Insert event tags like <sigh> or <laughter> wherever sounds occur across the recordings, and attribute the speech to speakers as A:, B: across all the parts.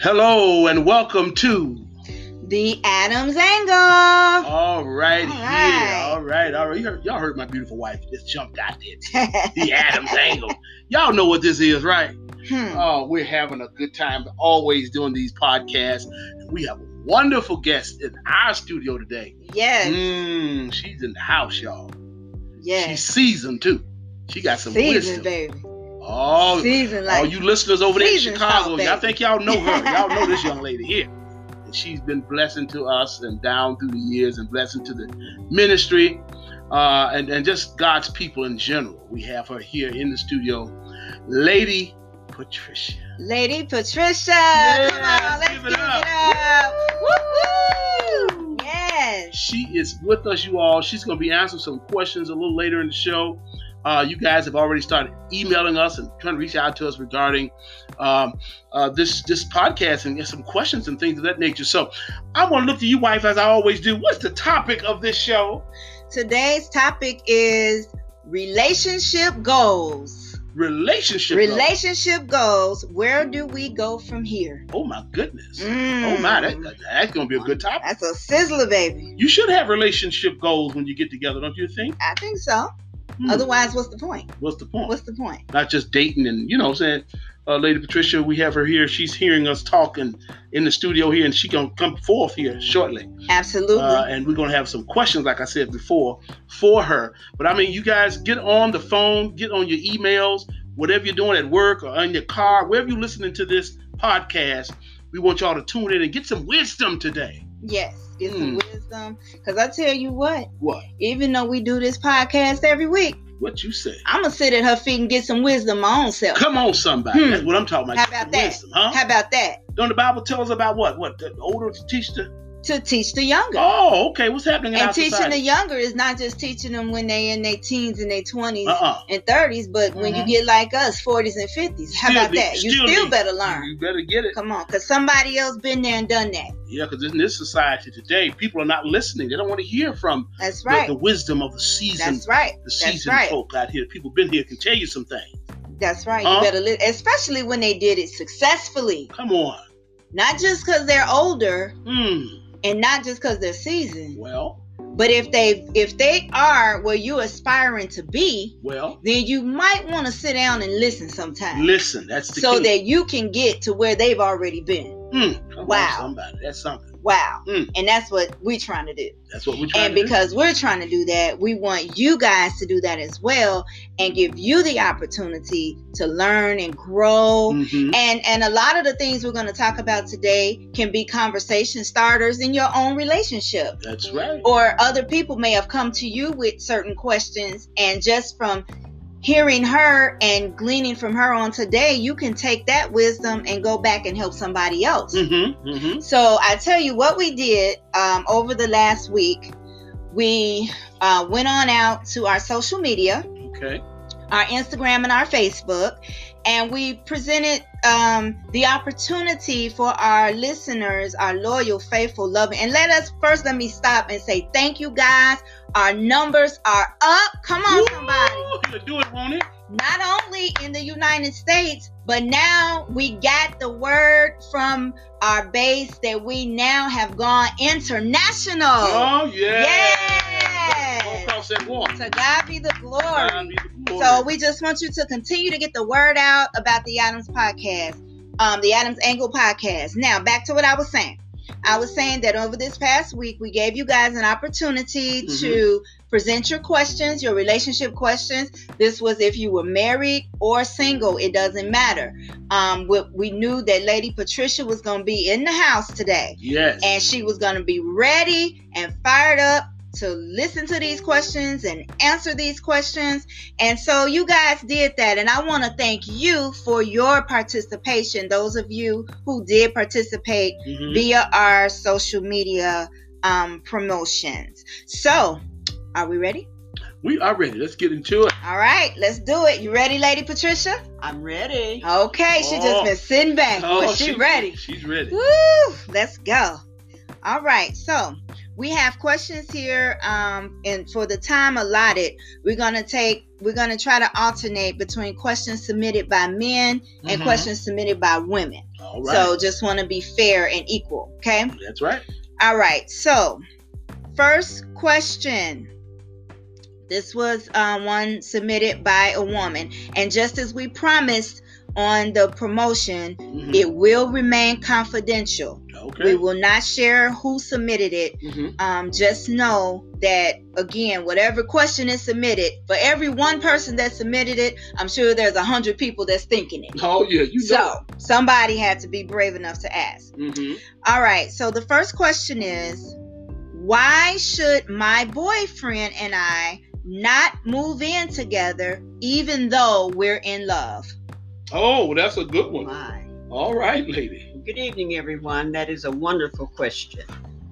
A: Hello and welcome to.
B: The Adam's Angle. <laughs>
A: All right,
B: All
A: yeah,
B: right.
A: all right, all right. You heard- Y'all heard my beautiful wife just jumped out there. The Adam's angle. Y'all know what this is, right?
B: Hmm.
A: Oh, we're having a good time always doing these podcasts. We have a wonderful guest in our studio today.
B: Yes.
A: Mmm, she's in the house, y'all. She's
B: Yes.
A: seasoned too. She got some
B: Season,
A: wisdom.
B: baby.
A: Oh,
B: Season,
A: all
B: like.
A: you listeners over there in
B: seasoned
A: Chicago,
B: salt,
A: y'all
B: baby.
A: think y'all know her. y'all know
B: <laughs>
A: this young lady here. And she's been blessing to us and down through the years and blessing to the ministry uh, and, and just God's people in general. We have her here in the studio, Lady Patricia.
B: Lady Patricia.
A: Yes,
B: Come on, let's
A: give
B: give
A: it
B: it,
A: up.
B: up. Woo-hoo. Yes.
A: She is with us, you all. She's going to be answering some questions a little later in the show. Uh, you guys have already started emailing us and trying to reach out to us regarding um, uh, this this podcast and some questions and things of that nature. So I want to look to you, wife, as I always do. What's the topic of this show?
B: Today's topic is relationship goals.
A: Relationship. love.
B: Relationship goals. Where do we go from here?
A: Oh my goodness.
B: Mm.
A: Oh my, that, that- that's going to be a good topic.
B: That's a sizzler, baby.
A: You should have relationship goals when you get together, don't you think?
B: I think so.
A: Hmm,
B: Otherwise, what's the point?
A: What's the point?
B: What's the point?
A: not just dating and you know what I'm saying. Uh, Lady Patricia, we have her here. She's hearing us talking in the studio here, and she gonna come forth here shortly.
B: Absolutely.
A: Uh, and we're gonna have some questions, like I said before, for her. But I mean, you guys get on the phone, get on your emails, whatever you're doing at work or in your car, wherever you're listening to this podcast. We want y'all to tune in and get some wisdom today.
B: Yes, get some
A: Mm.
B: wisdom. Because I tell you what,
A: What?
B: even though we do this podcast every week,
A: What you say?
B: I'm going to sit at her feet and get some wisdom my own self.
A: Come on, somebody.
B: Hmm.
A: That's what I'm talking about.
B: How
A: Get some
B: about that?
A: Wisdom, huh?
B: How about that?
A: Don't the Bible tell us about what? What the older to teach the
B: To teach the younger.
A: Oh, okay. What's happening in
B: and
A: our
B: teaching
A: society?
B: the younger is not just teaching them when they in their teens and their 20s
A: Uh-uh.
B: and 30s, but when you
A: Mhm.
B: get like us, 40s and 50s. How
A: Still
B: about
A: need-
B: that? You
A: still Mm-hmm.
B: still,
A: need-
B: better learn.
A: You better get it.
B: Come on, because somebody else been there and done that.
A: Yeah, because in this society today, people are not listening. They don't want to hear from
B: That's
A: the-
B: right.
A: the, wisdom of the seasoned,
B: That's right.
A: the seasoned
B: right.
A: folk out here. People been here can tell you some things.
B: That's right.
A: Huh?
B: You better, li- especially when they did it successfully.
A: Come on.
B: Not just because they're older,
A: Hmm.
B: and not just because they're seasoned
A: Well,
B: but if they if they are where you're aspiring to be
A: well.
B: then you might want to sit down and listen sometime
A: Listen, that's the
B: so
A: key.
B: that you can get to where they've already been
A: Hmm. Come on,
B: Wow.
A: somebody. That's something.
B: wow
A: Mm.
B: and that's what we're trying to do
A: That's what we're trying
B: and
A: to
B: because we're trying to do that we want you guys to do that as well and give you the opportunity to learn and grow
A: do. Mhm.
B: And and a lot of the things we're going to talk about today can be conversation starters in your own relationship.
A: That's right.
B: or other people may have come to you with certain questions and just from hearing her and gleaning from her on today you can take that wisdom and go back and help somebody else
A: Mm-hmm. Mm-hmm.
B: so i tell you what we did um, over the last week we uh, went on out to our social media
A: Okay.
B: our Instagram and our Facebook, and we presented um, the opportunity for our listeners, our loyal, faithful, loving. And let us first let me stop and say thank you guys. Our numbers are up. Come on, somebody.
A: Woo! You'll do it, won't it?
B: Not only in the United States, but now we got the word from our base that we now have gone international.
A: Oh, yeah.
B: Yes.
A: Go across that water.
B: To God be the glory.
A: God be the glory.
B: So we just want you to continue to get the word out about the Adams podcast, um, the Adams Angle podcast. Now back to what I was saying. I was saying that over this past week, we gave you guys an opportunity
A: Mhm.
B: to present your questions, your relationship questions. This was if you were married or single, it doesn't matter. Um, we, we knew that Lady Patricia was going to be in the house today
A: yes.
B: and she was going to be ready and fired up to listen to these questions and answer these questions. And so you guys did that. And I want to thank you for your participation, those of you who did participate
A: Mhm.
B: via our social media um, promotions. So, are we ready?
A: We are ready. Let's get into it.
B: All right, let's do it. You ready, Lady Patricia?
C: I'm ready.
B: Okay, she
A: Oh.
B: just been sitting back, but she ready.
A: She's Oh, ready.
B: Woo! Let's go. All right. So we have questions here, um, and for the time allotted, we're gonna take we're gonna try to alternate between questions submitted by men and
A: Mhm.
B: questions submitted by women.
A: All right.
B: So just want to be fair and equal. Okay.
A: That's right.
B: All right. So, first question. This was uh, one submitted by a woman. And just as we promised on the promotion,
A: Mhm.
B: it will remain confidential. We
A: Okay.
B: will not share who submitted it.
A: Mhm.
B: Um, just know that, again, whatever question is submitted, for every one person that submitted it, I'm sure there's a hundred people that's thinking it.
A: Oh yeah, you know.
B: So, somebody had to be brave enough to ask.
A: hmm
B: All right, so the first question is why should my boyfriend and I not move in together even though we're in love?
A: Oh, that's a good one.
C: Why?
A: All right, lady.
C: Good evening, everyone. That is a wonderful question.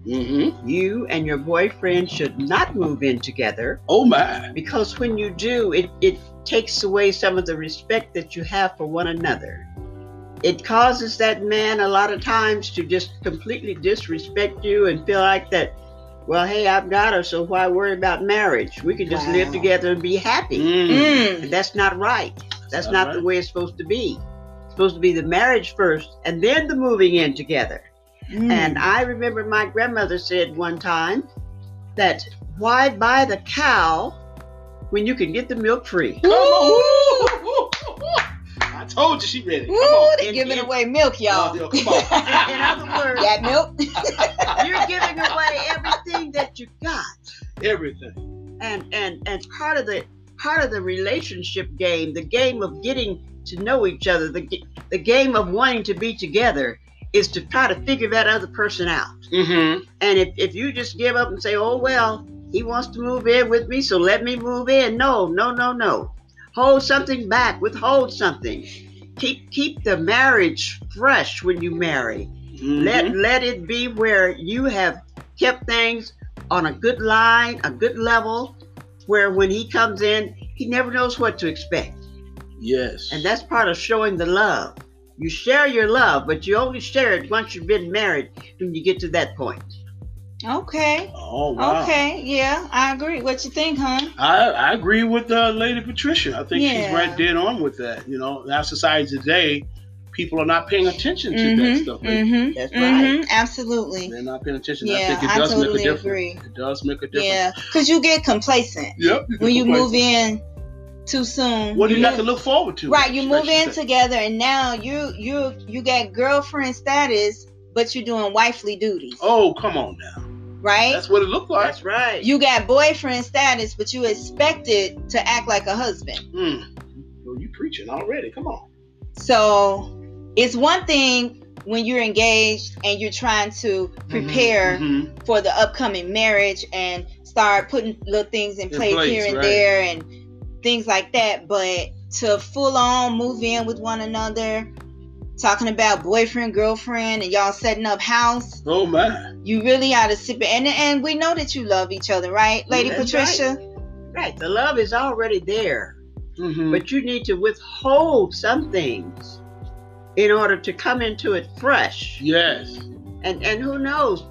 B: Mm-hmm.
A: hmm
C: You and your boyfriend should not move in together
A: Oh my.
C: because when you do, it, it takes away some of the respect that you have for one another. It causes that man a lot of times to just completely disrespect you and feel like that, well, hey, I've got her, so why worry about marriage? We can just live
B: Wow.
C: together and be happy.
A: Mm.
B: Mm.
C: And that's not right. That's
A: Not
C: not
A: right.
C: the way it's supposed to be. It's supposed to be the marriage first and then the moving in together.
B: Mm.
C: And I remember my grandmother said one time that why buy the cow when you can get the milk free? <laughs>
A: Come on. I told you she ready. Come
B: Ooh,
A: on.
B: they're
C: and-
B: giving
C: and-
B: away milk, y'all.
A: Oh, come
B: <laughs>
A: on.
C: In other words,
B: That milk?
C: you're giving away everything that you got.
A: Everything.
C: And and and part of the part of the relationship game, the game of getting to know each other, the g- the game of wanting to be together is to try to figure that other person out.
A: Mm-hmm.
C: And if, if you just give up and say, oh, well, he wants to move in with me, so let me move in. No, no, no, no. Hold something back, withhold something. Keep keep the marriage fresh when you marry.
A: Mm-hmm.
C: Let let it be where you have kept things on a good line, a good level, where when he comes in, he never knows what to expect.
A: Yes.
C: And that's part of showing the love. You share your love, but you only share it once you've been married when you get to that point.
B: Okay.
A: Oh wow.
B: Okay, yeah, I agree. What you think, hon?
A: I, I agree with uh, Lady Patricia. I think she's
B: Yeah.
A: right dead on with that. You know, in our society today, people are not paying attention to that
B: Mhm,
A: stuff. They-
B: Mm-hmm.
C: That's right.
B: Mm-hmm. Absolutely.
A: They're not paying attention. I
B: Yeah,
A: think it
B: I
A: does make a
B: totally
A: difference.
B: agree.
A: It does make a difference.
B: Yeah, because you get complacent
A: Yep.
B: when you
A: can play.
B: move in too soon.
A: What do you
B: You
A: have to look forward to?
B: right you
A: I
B: move
A: should
B: in
A: say.
B: together and now you you you got girlfriend status but you're doing wifely duties
A: Oh, come on now.
B: right
A: That's what it looked like.
C: That's right.
B: you got boyfriend status but you expected to act like a husband
A: Mm. Well, you preaching already. Come on.
B: so it's one thing when you're engaged and you're trying to
A: Mm-hmm,
B: Mm-hmm. prepare
A: Mhm.
B: for the upcoming marriage and start putting little things
A: In
B: in place,
A: place,
B: here and
A: right.
B: there and things like that. But to full on move in with one another, talking about boyfriend, girlfriend, and y'all setting up house,
A: Oh my.
B: you really ought to sit back. And, and we know that you love each other, right, Lady
C: That's
B: Patricia?
C: Right. The love is already there.
A: Mhm.
C: but you need to withhold some things in order to come into it fresh
A: yes.
C: and and who knows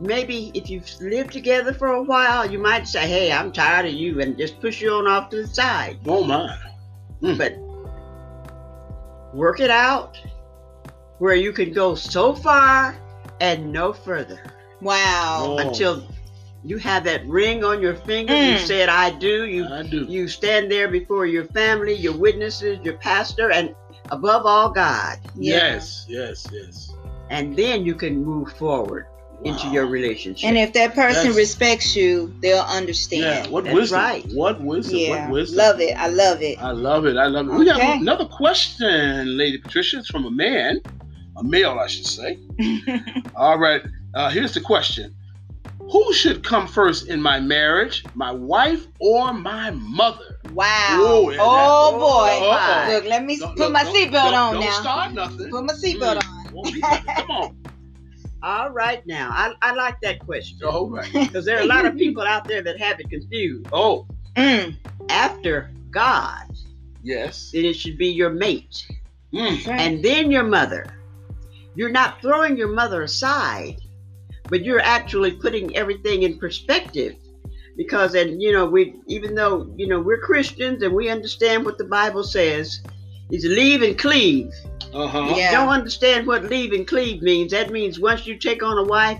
C: maybe if you've lived together for a while you might say hey i'm tired of you and just push you on off to the side
A: Oh my.
C: but work it out where you can go so far and no further
B: Wow.
A: Oh.
C: until you have that ring on your finger you
B: Mm.
C: said i do you
A: I do.
C: you stand there before your family, your witnesses, your pastor, and above all, God.
A: Yes. Yes. Yes.
C: And then you can move forward into
A: Wow.
C: your relationship.
B: And if that person
A: That's-
B: respects you, they'll
A: Yeah.
B: understand.
A: What
C: That's
A: wisdom?
C: right.
A: What wisdom?
B: Yeah.
A: What wisdom?
B: Love it. I love it.
A: I love it. I love it. We got
B: Okay.
A: another question, Lady Patricia. It's from a man, a male, I should
B: <laughs>
A: say. All right. Uh, here's the question Who should come first in my marriage, my wife or my mother?
B: wow.
A: Whoa, yeah, that-
B: oh, boy.
A: Uh-oh.
B: Look, let me
A: Don't-
B: put
A: don't-
B: my
A: don't-
B: seatbelt
A: don't-
B: on
A: don't
B: now.
A: start nothing.
B: Put my seatbelt
A: Won't be nothing. Come
B: <laughs>
A: on.
C: all right, now, I, I like that question
B: Oh.
A: All right.
C: because there are a lot of people out there that have it confused.
A: Oh,
B: on. Mm,
C: After God,
A: yes.
C: then it should be your mate
A: Mm,
B: that's right.
C: and then your mother. You're not throwing your mother aside, but you're actually putting everything in perspective. Because, and you know, we even though you know we're Christians and we understand what the Bible says, is leave and cleave.
A: Uh huh.
B: Yeah.
C: don't understand what leave and cleave means. That means once you take on a wife,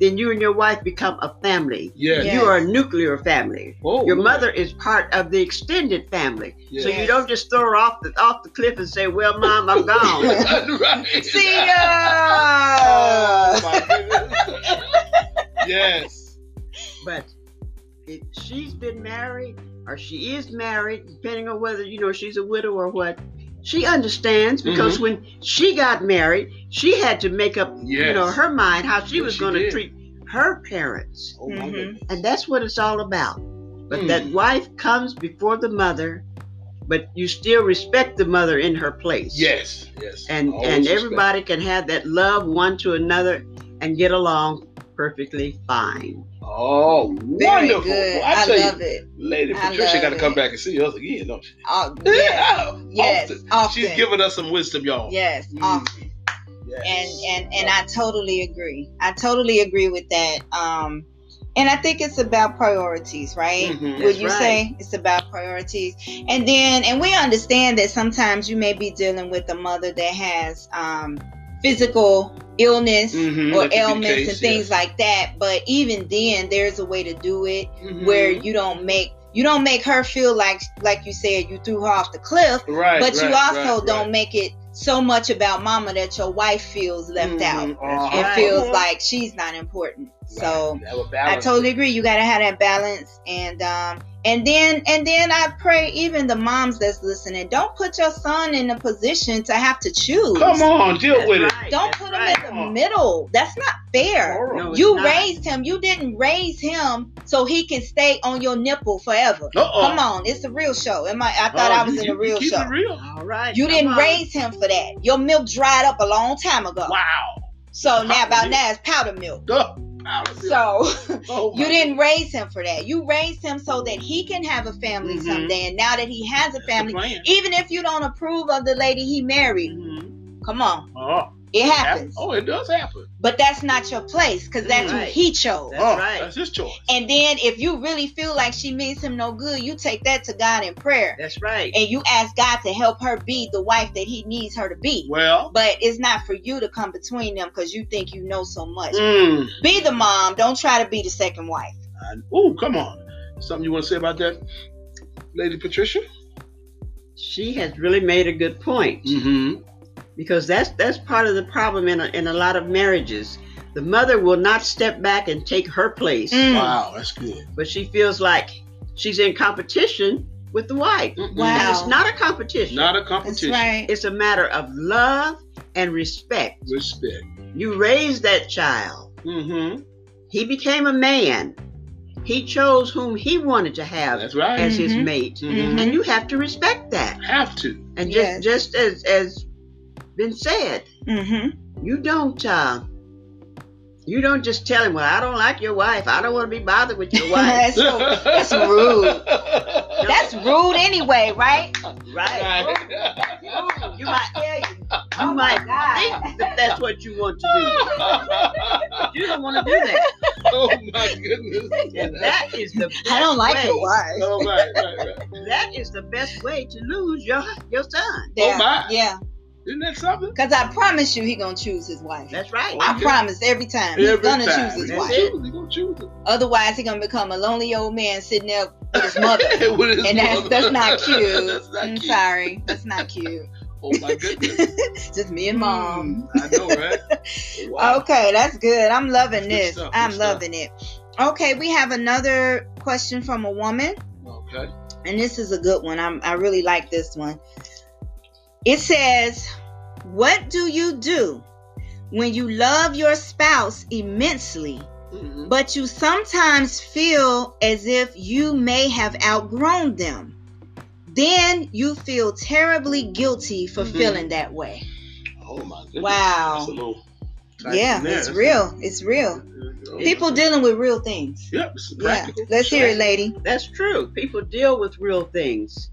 C: then you and your wife become a family.
A: Yes.
B: Yeah.
C: You are a nuclear family.
A: Oh,
C: Your mother is part of the extended family. So
A: Yeah.
C: you don't just throw her off the off the cliff and say, "Well, mom,
A: <laughs>
B: <laughs>
C: I'm gone."
A: right.
B: See ya.
A: Oh, my goodness. yes.
C: but if she's been married or she is married, depending on whether you know she's a widow or what, she understands because
A: Mm-hmm.
C: when she got married, she had to make up
A: Yes.
C: you know her mind how she
A: Yes,
C: was
A: she
C: going to
A: did.
C: treat her parents.
A: Oh my
B: Mhm.
A: goodness.
C: And that's what it's all about. But
A: Hmm.
C: that wife comes before the mother, but you still respect the mother in her place.
A: Yes. Oh, Yes.
C: And
A: Always
C: and
A: respect.
C: everybody can have that love one to another and get along perfectly fine.
A: Oh,
B: <laughs> Very
A: wonderful.
B: good.
A: Well, I,
B: I,
A: tell
B: love
A: you,
B: it.
A: Lady
B: I
A: Patricia
B: love
A: got to come
B: it.
A: back and see us again, don't she? <laughs>
B: Oh, yes, yes,
A: Often.
B: often.
A: She's giving us some wisdom, y'all.
B: Yes,
A: Mm.
B: often. and
A: Yes.
B: and and I totally agree. I totally agree with that. Um, and I think it's about priorities, right?
A: Mhm.
B: Would
C: That's
B: you
C: right.
B: say it's about priorities? And then, and we understand that sometimes you may be dealing with a mother that has um, physical illness
A: Mhm, that
B: or
A: could be the
B: ailments
A: case,
B: and things
A: yes.
B: like that. But even then, there's a way to do it
A: Mhm.
B: where you don't make you don't make her feel like like you said you threw her off the cliff
A: right,
B: but you
A: right,
B: also
A: right,
B: don't
A: right.
B: make it so much about mama that your wife feels left out
A: Mhm. Uh-huh.
B: and
C: Right.
B: feels like she's not important. So
A: Right. Have a
B: I
A: balance.
B: totally agree. You gotta have that balance, and um, and then and then I pray even the moms that's listening, don't put your son in a position to have to choose.
A: Come on, deal
C: That's
A: with it.
C: right,
B: Don't
C: that's
B: put
C: right.
B: him in
A: Come
B: the
A: on.
B: middle. That's not fair.
A: Horrible.
C: No, it's
B: You
C: not.
B: raised him. You didn't raise him so he can stay on your nipple forever.
A: Uh-oh.
B: Come on, it's a real show. Am I? I thought
A: Oh,
B: I was
A: you-
B: in a
A: you
B: real
A: keep
B: show.
A: It real.
C: All right.
B: You
C: come
B: didn't
C: on.
B: raise him for that. Your milk dried up a long time ago.
A: Wow.
B: So now
A: Powder
B: about
A: milk.
B: now it's powder milk.
A: Duh. Wow.
B: So <laughs>
A: Oh, my
B: you didn't raise him for that. You raised him so that he can have a family
A: Mhm.
B: someday. And now that he has a
A: goodness.
B: family,
A: The plan.
B: even if you don't approve of the lady he married,
A: Mhm.
B: come on,
A: Oh,
B: Mm-hmm. it happens.
A: Oh, it does happen.
B: But that's not your place because that's who
C: Right.
B: he chose.
C: That's
A: oh,
C: right.
A: That's his choice.
B: And then if you really feel like she means him no good, you take that to God in prayer
C: That's right.
B: and you ask God to help her be the wife that he needs her to be.
A: Well.
B: but it's not for you to come between them because you think you know so much.
A: Mm.
B: Be the mom. Don't try to be the second wife.
A: Ooh, come on. Something you want to say about that, Lady Patricia?
C: She has really made a good point
A: Mm-hmm.
C: because that's that's part of the problem in a, in a lot of marriages. The mother will not step back and take her place,
B: Mm.
A: Wow, that's good.
C: but she feels like she's in competition with the wife.
A: Mm-mm.
B: Wow.
C: And it's not a competition.
A: Not a competition.
B: right.
C: It's a matter of love and respect.
A: Respect.
C: You raised that child.
A: Mm-hmm.
C: He became a man. He chose whom he wanted to have
A: That's right.
C: as his
B: Mhm.
C: mate.
A: Mhm.
C: And you have to respect that.
A: Have to.
C: And
B: Yes.
C: just just as as been said,
B: Mm-hmm.
C: you don't uh you don't just tell him, Well, I don't like your wife. I don't want to be bothered
B: <laughs>
C: with your
B: that's,
C: wife.
B: so- that's rude.
A: <laughs>
B: that's rude anyway, right?
C: right. You might
B: tell you.
C: you
B: Oh my
C: might
B: God.
C: think that that's what you want to do. You don't want to do that.
A: <laughs> oh my goodness.
B: <laughs>
C: And that is the best
B: I don't like
C: way.
B: your wife.
A: Oh, right, right, right.
C: That is the best way to lose your your son.
B: Yeah.
A: my.
B: Yeah.
A: Isn't that something?
B: Because I promise you, he gonna choose his wife.
C: That's right.
A: Oh,
B: I
A: yeah.
B: promise every time he's
A: Every
B: gonna
A: time.
B: choose
A: He
B: his
A: gonna
B: wife.
C: That's it.
A: choose, he gonna choose it.
B: Otherwise, he gonna become a lonely old man sitting there with his mother,
A: With <laughs> his
B: and that's
A: mother. <laughs>
B: that's not cute.
A: That's not
B: I'm
A: cute.
B: sorry, that's not cute.
A: Oh my goodness.
B: Just me and mom.
A: I know, right? Mm. Wow.
B: Okay, that's good. I'm loving
A: Good
B: this.
A: stuff, good
B: I'm
A: stuff.
B: loving it. Okay, we have another question from a woman,
A: Okay.
B: and this is a good one. I'm, I really like this one. It says, What do you do when you love your spouse immensely,
A: Mhm.
B: but you sometimes feel as if you may have outgrown them? Then you feel terribly guilty for
A: Mhm.
B: feeling that way.
A: Oh my goodness.
B: Wow.
A: That's a little tight
B: Yeah,
A: in there.
B: it's
A: That's
B: real. It's real.
A: a-
B: People dealing with real things.
A: Yep. It's
B: Yeah,
A: practical.
B: let's hear it, lady.
C: That's true. People deal with real things.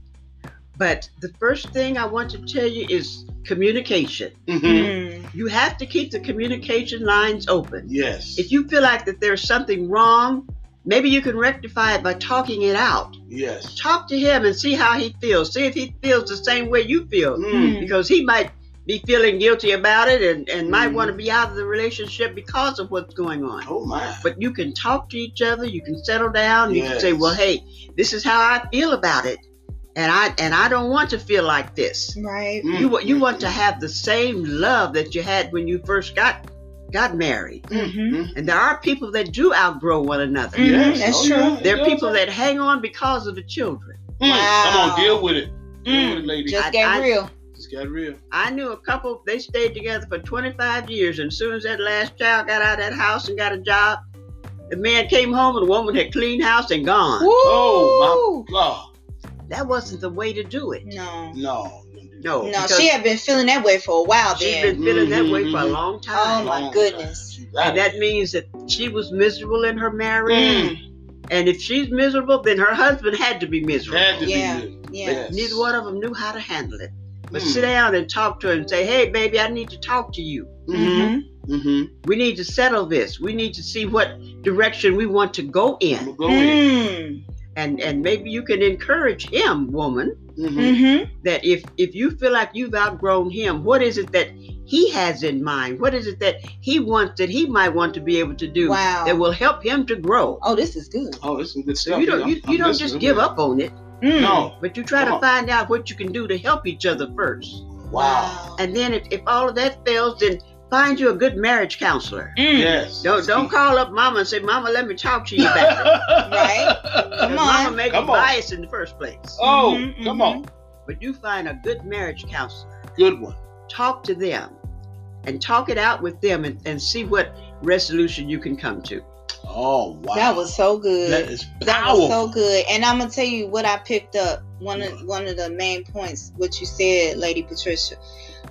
C: But the first thing I want to tell you is communication.
A: Mhm.
C: You have to keep the communication lines open.
A: Yes.
C: If you feel like that there's something wrong, maybe you can rectify it by talking it out.
A: Yes.
C: Talk to him and see how he feels. See if he feels the same way you feel.
A: Mm.
C: Because he might be feeling guilty about it and, and might want to be out of the relationship because of what's going on.
D: Oh my.
C: But you can talk to each other, you can settle down, you can say,
D: Yes.
C: Well, hey, this is how I feel about it. And I and I don't want to feel like this.
B: Right.
D: Mm,
A: Mm-hmm.
C: You wa- you
D: mm,
C: want to have the same love that you had when you first got got married.
B: Mm-hmm.
C: And there are people that do outgrow one another.
A: Mm.
B: Mhm,
D: Yes.
B: that's
D: Oh,
B: true.
D: yeah.
C: Mm-hmm. There are
D: Yeah,
C: people
D: yeah.
C: that hang on because of the children.
D: Mm, Come
B: Wow.
D: on, deal with it.
A: Mm-hmm.
D: Deal
B: Mm,
D: with it, lady.
B: Just
C: I-
B: get
C: I-
B: real.
D: It's got real.
C: I knew a couple, they stayed together for 25 years, and as soon as that last child got out of that house and got a job, the man came home and the woman had cleaned house and gone.
D: Oh my God.
C: That wasn't the way to do it.
B: No.
D: No.
C: No.
B: No,
C: because
B: she had been feeling that way for a while
C: she's
B: then.
C: been feeling that way for a
D: Mhm.
C: long
B: Oh
C: time.
B: my
D: Long
B: goodness.
D: time. She
C: and
D: right.
C: that means that she was miserable in her marriage.
D: Mm.
C: And if she's miserable, then her husband had to be miserable.
D: Had to
B: Yeah.
D: be good.
B: Yeah.
D: Yes.
C: Neither one of them knew how to handle it. But
D: Mm.
C: sit down and talk to her and say, hey, baby, I need to talk to you.
B: Mm-hmm.
D: Mhm. Mhm.
C: We need to settle this. We need to see what direction we want to go
D: I'ma
C: in.
D: go in.
B: Mm-hmm.
C: And and maybe you can encourage him, woman,
D: Mhm.
B: Mm-hmm.
C: that if if you feel like you've outgrown him, what is it that he has in mind? What is it that he wants that he might want to be able to do
B: Wow.
C: that will help him to grow?
B: Oh, this is good.
D: Oh, this is some good
C: So
D: stuff.
C: you don't
D: man.
C: you,
D: I'm-
C: you
D: I'm
C: don't
D: listening.
C: just give up on it,
B: Mm.
D: No.
C: but you try
D: Come
C: to
D: on.
C: find out what you can do to help each other first.
D: Wow.
C: And then if, if all of that fails, then find you a good marriage counselor.
B: Mm.
D: Yes.
C: Don't don't call up mama and say, Mama, let me talk to you about it.
B: Come
C: Because
B: on.
C: Mama
D: <laughs>
C: made
D: Come
C: you
D: on.
C: biased in the first place.
D: <laughs> Oh,
B: Mhm,
D: come
B: mhm.
D: on.
C: But you find a good marriage counselor,
B: Mm-hmm.
D: Good one.
C: talk to them and talk it out with them and, and see what resolution you can come to.
D: Oh, wow.
B: That was so good.
D: That is
B: That was
D: powerful.
B: so good. And I'm gonna tell you what I picked up. One of one of the main points, what you said, Lady Patricia,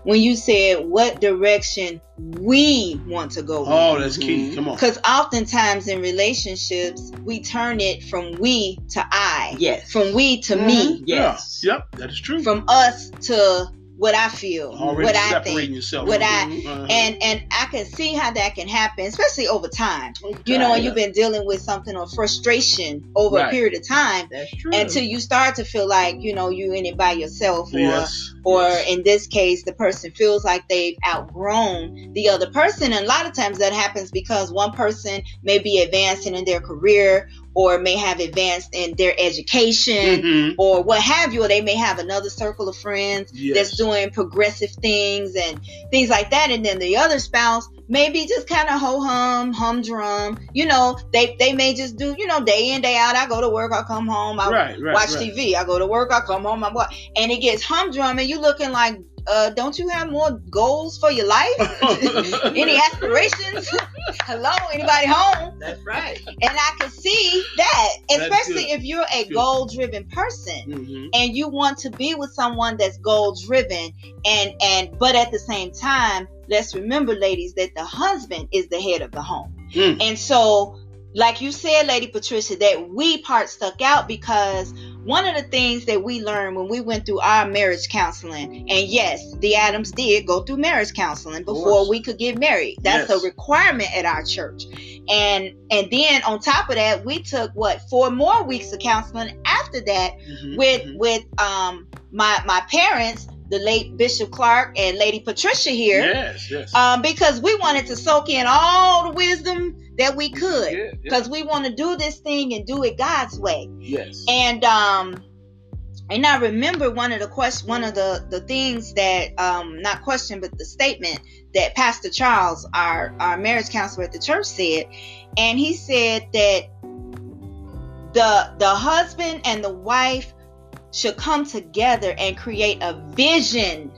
B: when you said what direction we want to go.
D: oh, that's key.
C: Mhm.
D: Come on.
B: Because oftentimes in relationships, we turn it from we to I,
C: Yes. Mm-hmm.
B: from we to me,
C: Yes.
D: Yeah. Yep, that is true.
B: from us to what I feel,
D: Mm-hmm. Already
B: what I
D: separating
B: think.
D: yourself.
B: what I-
D: Uh-huh.
B: And and I can see how that can happen, especially over time.
D: Okay.
B: You know, and you've been dealing with something or frustration over a
D: Right. Hmm.
B: period of time
C: That's true.
B: until you start to feel like you know you in it by yourself or
D: Uh-huh. Yes.
B: or
D: yes.
B: in this case the person feels like they've outgrown the other person and a lot of times that happens because one person may be advancing in their career or may have advanced in their education
D: Mhm.
B: or what have you or they may have another circle of friends that's
D: Yes.
B: doing progressive things and things like that. And then the other spouse may be just kind of ho hum, humdrum. You know, they they may just do you know day in day out. I go to work, I come home, I
D: right, right,
B: watch
D: <laughs> right.
B: TV, I go to work, I come home, I what, and it gets humdrum, and you looking like, uh, don't you have more goals for your life?
D: <laughs> Mm-hmm.
B: <laughs> Any aspirations? Hello, anybody home?
C: That's right.
B: And I can see that,
D: That's
B: especially
D: good.
B: if you're a
D: Good.
B: goal-driven person
D: Mhm.
B: and you want to be with someone that's goal driven and and but at the same time let's remember ladies that the husband is the head of the home
D: Mm.
B: and so like you said lady patricia that we part stuck out because one of the things that we learned when we went through our marriage counseling and yes the adams did go through marriage counseling before
D: course.
B: we could get married that's
D: Yes.
B: a requirement at our church and and then on top of that we took what four more weeks of counseling after that
D: Mhm.
B: with
D: Mhm.
B: with um my my parents, the late Bishop Clark and Lady Patricia here,
D: Yes, yes.
B: um, because we wanted to soak in all the wisdom that we could,
D: Yeah, yeah.
B: because we want to do this thing and do it God's way.
D: Yes.
B: And um, and I remember one of the quest one of the the things that um not question but the statement that Pastor Charles, our our marriage counselor at the church, said, and he said that the the husband and the wife should come together and create a vision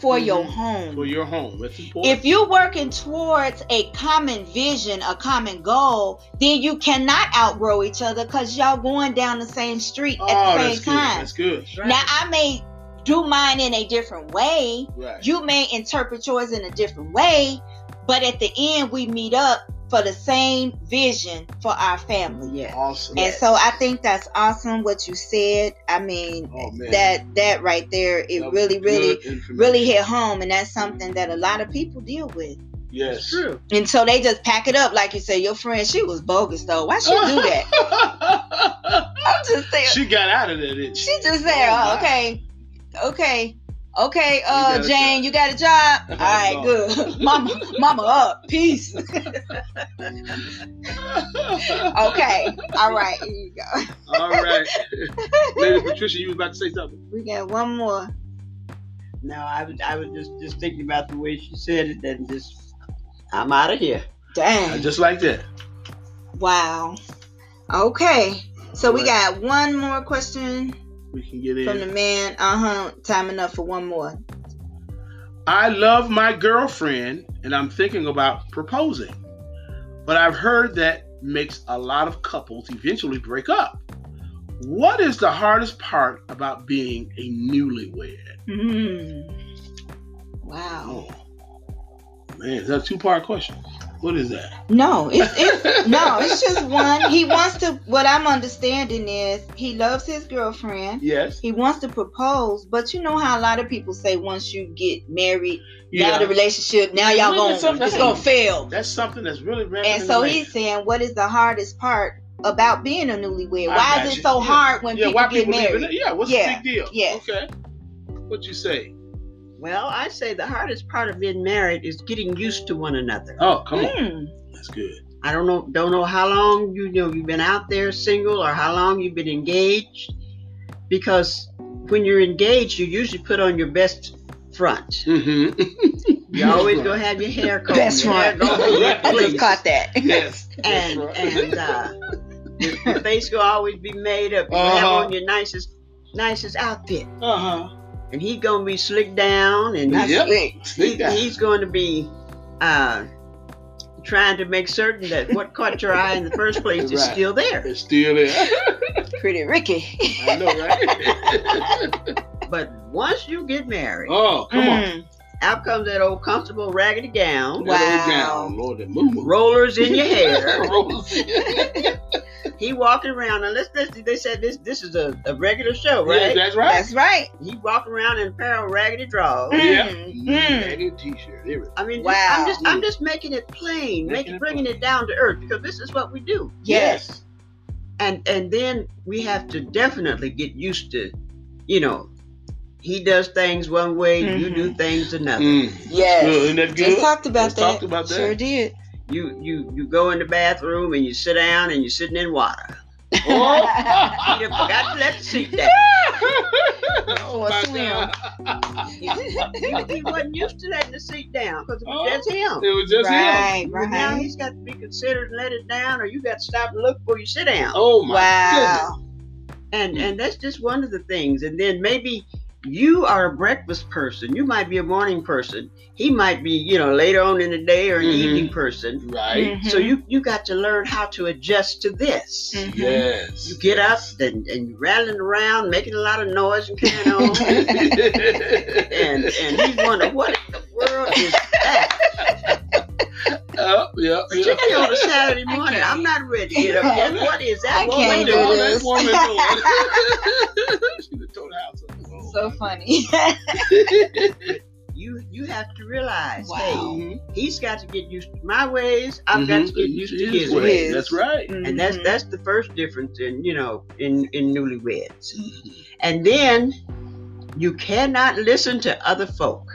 B: for your
D: Mhm.
B: home.
D: For your home. That's important.
B: If you're working towards a common vision, a common goal, then you cannot outgrow each other because y'all going down the same street
D: oh,
B: at the
D: that's
B: same
D: good.
B: time.
D: That's good.
C: That's right.
B: Now, I may do mine in a different way.
D: Right.
B: You may interpret yours in a different way, but at the end, we meet up for the same vision for our family.
C: yes.
D: awesome.
B: And so I think that's awesome what you said. I mean,
D: oh man.
B: that that right there, it
D: That was
B: really,
D: good
B: really,
D: information.
B: really hit home, and that's something that a lot of people deal with.
D: Yes.
C: It's true.
B: And so they just pack it up, like you said. Your friend, she was bogus though. Why she do
D: <laughs>
B: that?
A: <laughs>
B: I'm just saying.
D: she got out of that. didn't she?
B: She just said,
D: Oh, my.
B: oh, okay, okay, Okay, uh,
A: got a
B: Jane, you got a job. All
A: got a
B: right,
A: job.
B: good. <laughs> mama, mama up. Peace. <laughs> Okay, all right. Here you go.
A: All
B: <laughs>
A: right. Lady Patricia, you was about to say something.
B: We got one more.
C: No, I was I was just just thinking about the way she said it, and just I'm out of here.
B: Dang.
A: Just like that.
B: Wow. Okay. So we
A: Right.
B: got one more question
A: We can get in.
B: from the man. Uh huh. Time enough for one more.
A: I love my girlfriend and I'm thinking about proposing. But I've heard that makes a lot of couples eventually break up. What is the hardest part about being a newlywed?
B: Mm. Wow.
A: Oh, man, is that a two part question? What is that?
B: No, it's, it's <laughs> no, it's just one. He wants to. What I'm understanding is he loves his girlfriend.
A: Yes.
B: He wants to propose, but you know how a lot of people say once you get married, now the relationship, now y'all
A: Look at
B: going
A: something-
B: it's gonna fail.
A: That's something that's really rare.
B: And so he's saying, what is the hardest part about being a newlywed?
A: I
B: Why
A: got
B: is it
A: you.
B: so
A: Yeah.
B: hard when
A: yeah,
B: people
A: why
B: get
A: people leaving
B: married?
A: it? Yeah, what's
B: Yeah,
A: the big deal?
B: yes.
A: Okay. What'd you say?
C: Well, I say the hardest part of being married is getting used to one another.
A: Oh, come on.
B: Hmm.
A: That's good.
C: I don't know don't know how long you know you've been out there single or how long you've been engaged because when you're engaged you usually put on your best front.
A: Mm-hmm. <laughs>
C: You always go have your hair combed.
B: Best
C: your hair
B: front.
C: go
B: <laughs>
C: to your
B: I just
C: place,
A: <laughs>
B: caught that.
A: Yes. that's
C: and
A: right.
C: <laughs> and uh, your face will always be made up. You have
A: Uh-huh.
C: on your nicest nicest outfit.
A: uh-huh.
C: And he's gonna be slicked down and
B: Not
A: Yep.
B: slick.
A: Sneak
C: he,
A: that.
C: he's going to be uh, trying to make certain that what caught your eye in the first place is
A: Right.
C: still there.
A: <laughs> It's still there.
B: Pretty Ricky.
A: I know, right?
C: But once you get married,
A: oh, come on.
B: Mm.
C: out comes that old comfortable raggedy gown,
B: Wow.
A: That old gown, Lord, that moo-moo.
C: rollers in
A: <laughs>
C: your hair.
A: Rolls in.
C: he walking around, and let's, let's they said this this is a, a regular show,
A: Yeah,
C: right?
A: that's right.
B: That's right.
C: He walking around in a pair of raggedy drawers.
B: Mm.
A: Yeah.
B: Mm.
A: Raggedy T-shirt. everything.
C: I mean,
B: Wow.
C: I'm just I'm just making it plain,
A: Making
C: making
A: it
C: bringing it down to earth because this is what we do.
B: Yes.
C: and and then we have to definitely get used to you know he does things one way you do things another
A: Mm.
B: <laughs> Yes.
A: Good. Isn't that
B: Just
A: good?
B: talked about
A: Just
B: that.
A: talked about that.
B: Sure did.
C: you you you go in the bathroom and you sit down and you're sitting in water
A: Oh.
C: you forgot to let the seat down
A: <laughs> <laughs> Oh,
B: Or
A: my
B: swim.
A: God.
C: he wasn't used to letting the seat down because it was
A: Oh.
C: just him
A: It was just him.
B: right,
C: But now
B: right.
C: he's got to be considered and let it down or you got to stop and look before you sit down
A: Oh, my
B: Wow.
C: and and that's just one of the things and then maybe you are a breakfast person you might be a morning person he might be you know later on in the day or an
A: Mhm.
C: evening person
A: goodness. Right.
B: Mhm.
C: so you you got to learn how to adjust to this
B: Mhm.
A: Mm-hmm. Yes.
C: you get up and, and you rattling around making a lot of noise and carrying
A: <laughs>
C: on and and he's wondering what in the world is that
A: Yep, yep, yep.
C: particularly on a saturday
B: I
C: morning
B: can't.
C: i'm not
B: <laughs>
C: ready to get up yet what is
B: I
C: that
A: Well,
B: can't
A: wait a
B: do
A: minute,
B: this.
A: that woman doing-
B: <laughs>
A: <laughs> She done told the house up. Oh,
B: So
A: my <laughs>
B: funny.
C: you you have to realize hey
B: Wow.
A: Mhm.
C: he's got to get used to my ways. I've got to
A: Mhm.
C: get used to his
A: His way.
C: ways.
B: ways.
A: That's right.
C: And that's
A: Mm-hmm.
B: Mhm.
C: that's the first difference in you know in in newlyweds.
A: Mm-hmm.
C: And then you cannot listen to other folk.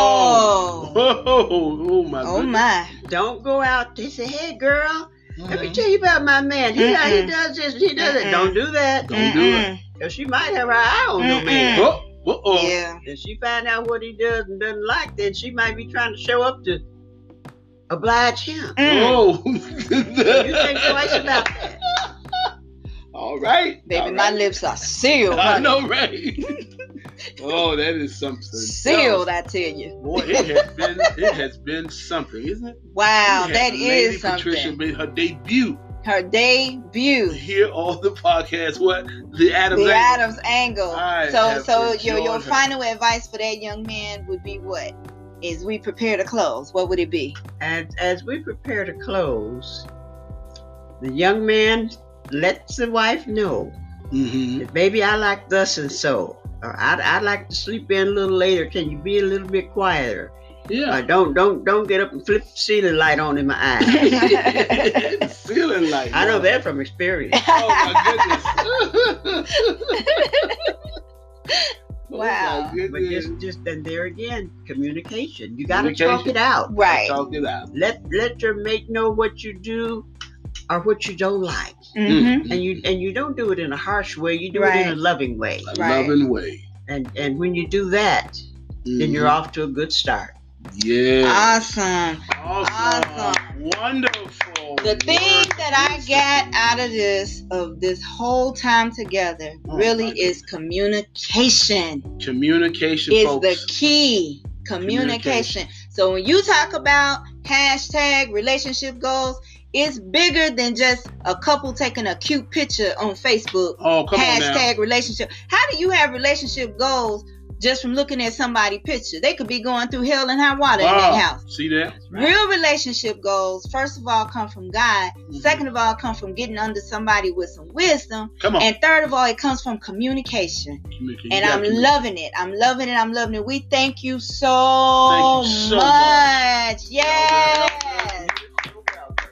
B: Oh.
A: Oh, <laughs> oh my
B: Oh
A: goodness.
B: my.
C: Don't go out. They say, "Hey, girl, let me
A: Mhm.
C: tell you about my man. He he
B: Mm-hmm. Mm-mm.
C: does this, he
B: Mm-mm.
C: does that. Don't do that.
A: Don't do it.
B: Mm-mm.
C: 'Cause she might have her eye on your man.
B: Mm-mm.
A: Oh, <laughs> oh, oh.
B: Yeah.
C: And she find out what he does and doesn't like. Then she might be trying to show up to oblige him.
A: <laughs>
B: Mm. <laughs>
A: Oh.
C: You think twice about that.
A: <laughs> All right.
B: Baby,
A: All
B: my
A: right.
B: lips are sealed.
A: <laughs> I
B: honey.
A: know, right?
B: <laughs>
A: oh, that is something.
B: Sealed,
A: That
B: I tell you.
A: was- boy, it has been it has been something, isn't it?
B: Wow,
A: We had
B: that
A: Lady
B: is something.
A: Patricia made her debut
B: Her debut.
A: here on the podcast. What the Adams?
B: The
A: Apple.
B: Adam's angle.
A: I
B: so,
A: have
B: so your your
A: enjoyed her.
B: final advice for that young man would be what? Is we prepare to close? What would it be?
C: as as we prepare to close, the young man lets the wife know,
A: Mhm.
C: that, "Baby, I like thus and so, or I'd, I'd like to sleep in a little later. Can you be a little bit quieter?
A: Yeah.
C: Or <laughs> don't don't don't get up and flip the ceiling light on in my
B: <laughs>
C: eyes."
A: Feeling like
C: I know that from experience.
A: Oh
C: <laughs>
A: my goodness. Oh, my
B: Wow.
A: it
C: but
A: is.
C: just just then there again, communication. You gotta talk
A: Communication.
C: it out.
B: Right.
A: Talk it out.
C: Let let your mate know what you do or what you don't like.
B: Mm-hmm.
A: Mm.
C: And you and you don't do it in a harsh way, you do it in a
B: Right.
C: loving way.
A: A
B: Right.
A: loving way.
C: And and when you do that, then you're
A: Mhm.
C: off to a good start.
A: Yeah.
B: Awesome. Awesome.
A: Wonderful.
B: The thing that I got out of this of this whole time together
A: Oh,
B: really
A: my
B: is communication.
A: communication
B: Is
A: folks.
B: the key. Communication. So when you talk about hashtag relationship goals, it's bigger than just a couple taking a cute picture on Facebook
A: oh, come on now.
B: hashtag relationship. How do you have relationship goals just from looking at somebody's picture? They could be going through hell and high water in
A: Wow.
B: their house.
A: Ah, See that?
B: Real relationship goals, first of all, come from God.
A: Mm-hmm.
B: Second of all, come from getting under somebody with some wisdom.
A: Come on.
B: And third of all, it comes from communication.
A: Communica- you
B: And
A: gotta
B: I'm
A: communicate.
B: loving it. I'm loving it. I'm loving it. We thank you so,
A: Thank you so
B: much.
A: Well
B: Yes.
A: done.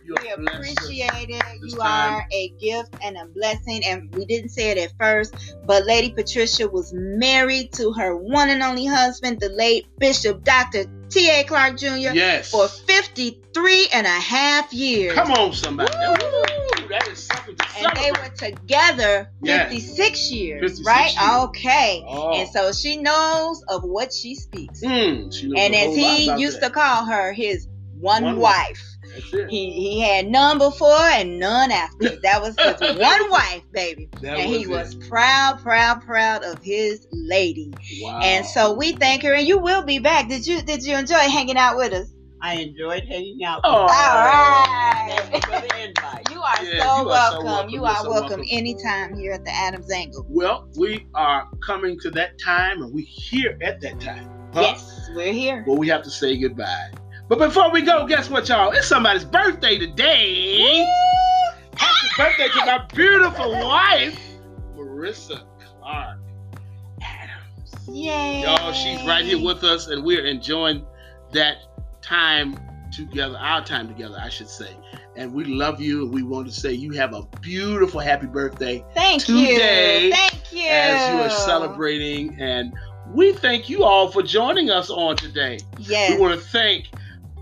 A: You
B: We
A: are blessed.
B: appreciate it.
A: this
B: You
A: time.
B: are a gift and a blessing. And we didn't say it at first, but Lady Patricia was married to her one and only husband, the late Bishop Dr. T.A. Clark Jr.,
A: Yes.
B: for 53 and a half years.
A: Come on, somebody.
B: Woo!
A: That is something to
B: And they
A: celebrate.
B: were together
A: Yes.
B: 56 years,
A: 56
B: right?
A: years.
B: Okay.
A: Oh.
B: And so she knows of what she speaks.
A: Mm, she knows
B: And
A: a
B: as
A: whole lot
B: he
A: about
B: used
A: that.
B: to call her his one,
A: One wife.
B: wife.
A: That's it.
B: He, he had none before and none after. That was
A: <laughs>
B: his one wife, baby.
A: That
B: and he
A: it.
B: was proud, proud, proud of his lady.
A: Wow.
B: And so we thank her, and you will be back. Did you did you enjoy hanging out with us?
C: I enjoyed hanging out.
A: Oh.
B: All
C: Thank you
B: right. <laughs>
C: for the invite.
B: You are,
A: Yeah, you
B: so,
A: are so
B: welcome.
A: welcome.
B: You
A: You're
B: are
A: so
B: welcome,
A: welcome.
B: anytime here at the Adams Angle.
A: Well, we are coming to that time, and we're here at that time. Huh?
B: Yes, we're here.
A: Well, we have to say goodbye. But before we go, guess what, y'all? It's somebody's birthday today. Happy birthday to my beautiful wife, Marissa Clark Adams.
B: Yay!
A: Y'all, she's right here with us, and we're enjoying that time together, our time together, I should say. And we love you, and we want to say you have a beautiful happy birthday
B: Thank
A: today
B: you. Thank you.
A: as you are celebrating. And we thank you all for joining us on today. We
B: Yes.
A: want to thank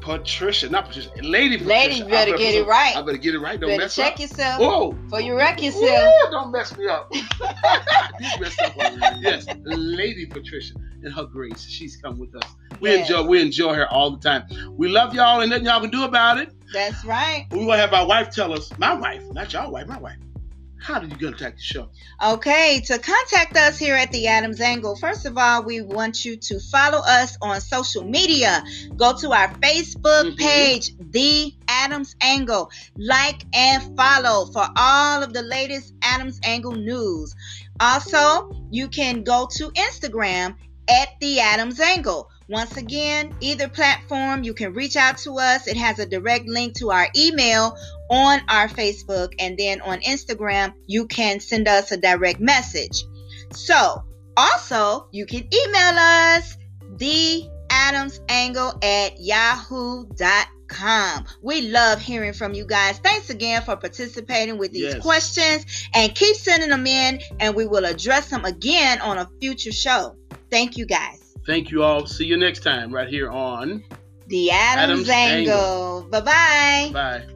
A: Patricia, not Patricia, Lady Patricia.
B: Lady, you
A: I
B: better get it right.
A: I better get it right. Don't
B: better
A: mess
B: check
A: up.
B: yourself
A: Whoa.
B: before you wreck yourself.
A: Ooh, don't mess me up. <laughs> I did mess up. Yes, Lady Patricia and her grace. She's come with us. We
B: Yes.
A: enjoy we enjoy her all the time. We love y'all and nothing y'all can do about it.
B: That's right.
A: We're gonna have our wife tell us, my wife, not y'all wife, my wife. How do you contact the show?
B: Okay, to contact us here at the Adams Angle, first of all, we want you to follow us on social media. Go to our Facebook
A: Mhm.
B: page, The Adams Angle. Like and follow for all of the latest Adams Angle news. Also, you can go to Instagram at The Adams Angle. Once again, either platform, you can reach out to us. It has a direct link to our email on our Facebook and then on Instagram, you can send us a direct message. So, also, you can email us the adamsangle at yahoo.com. We love hearing from you guys. Thanks again for participating with these
A: Yes.
B: questions and keep sending them in, and we will address them again on a future show. Thank you guys.
A: Thank you all. See you next time right here on
B: The
A: Adam's
B: Adams, Angle.
A: Angle.
B: Bye bye.
A: Bye.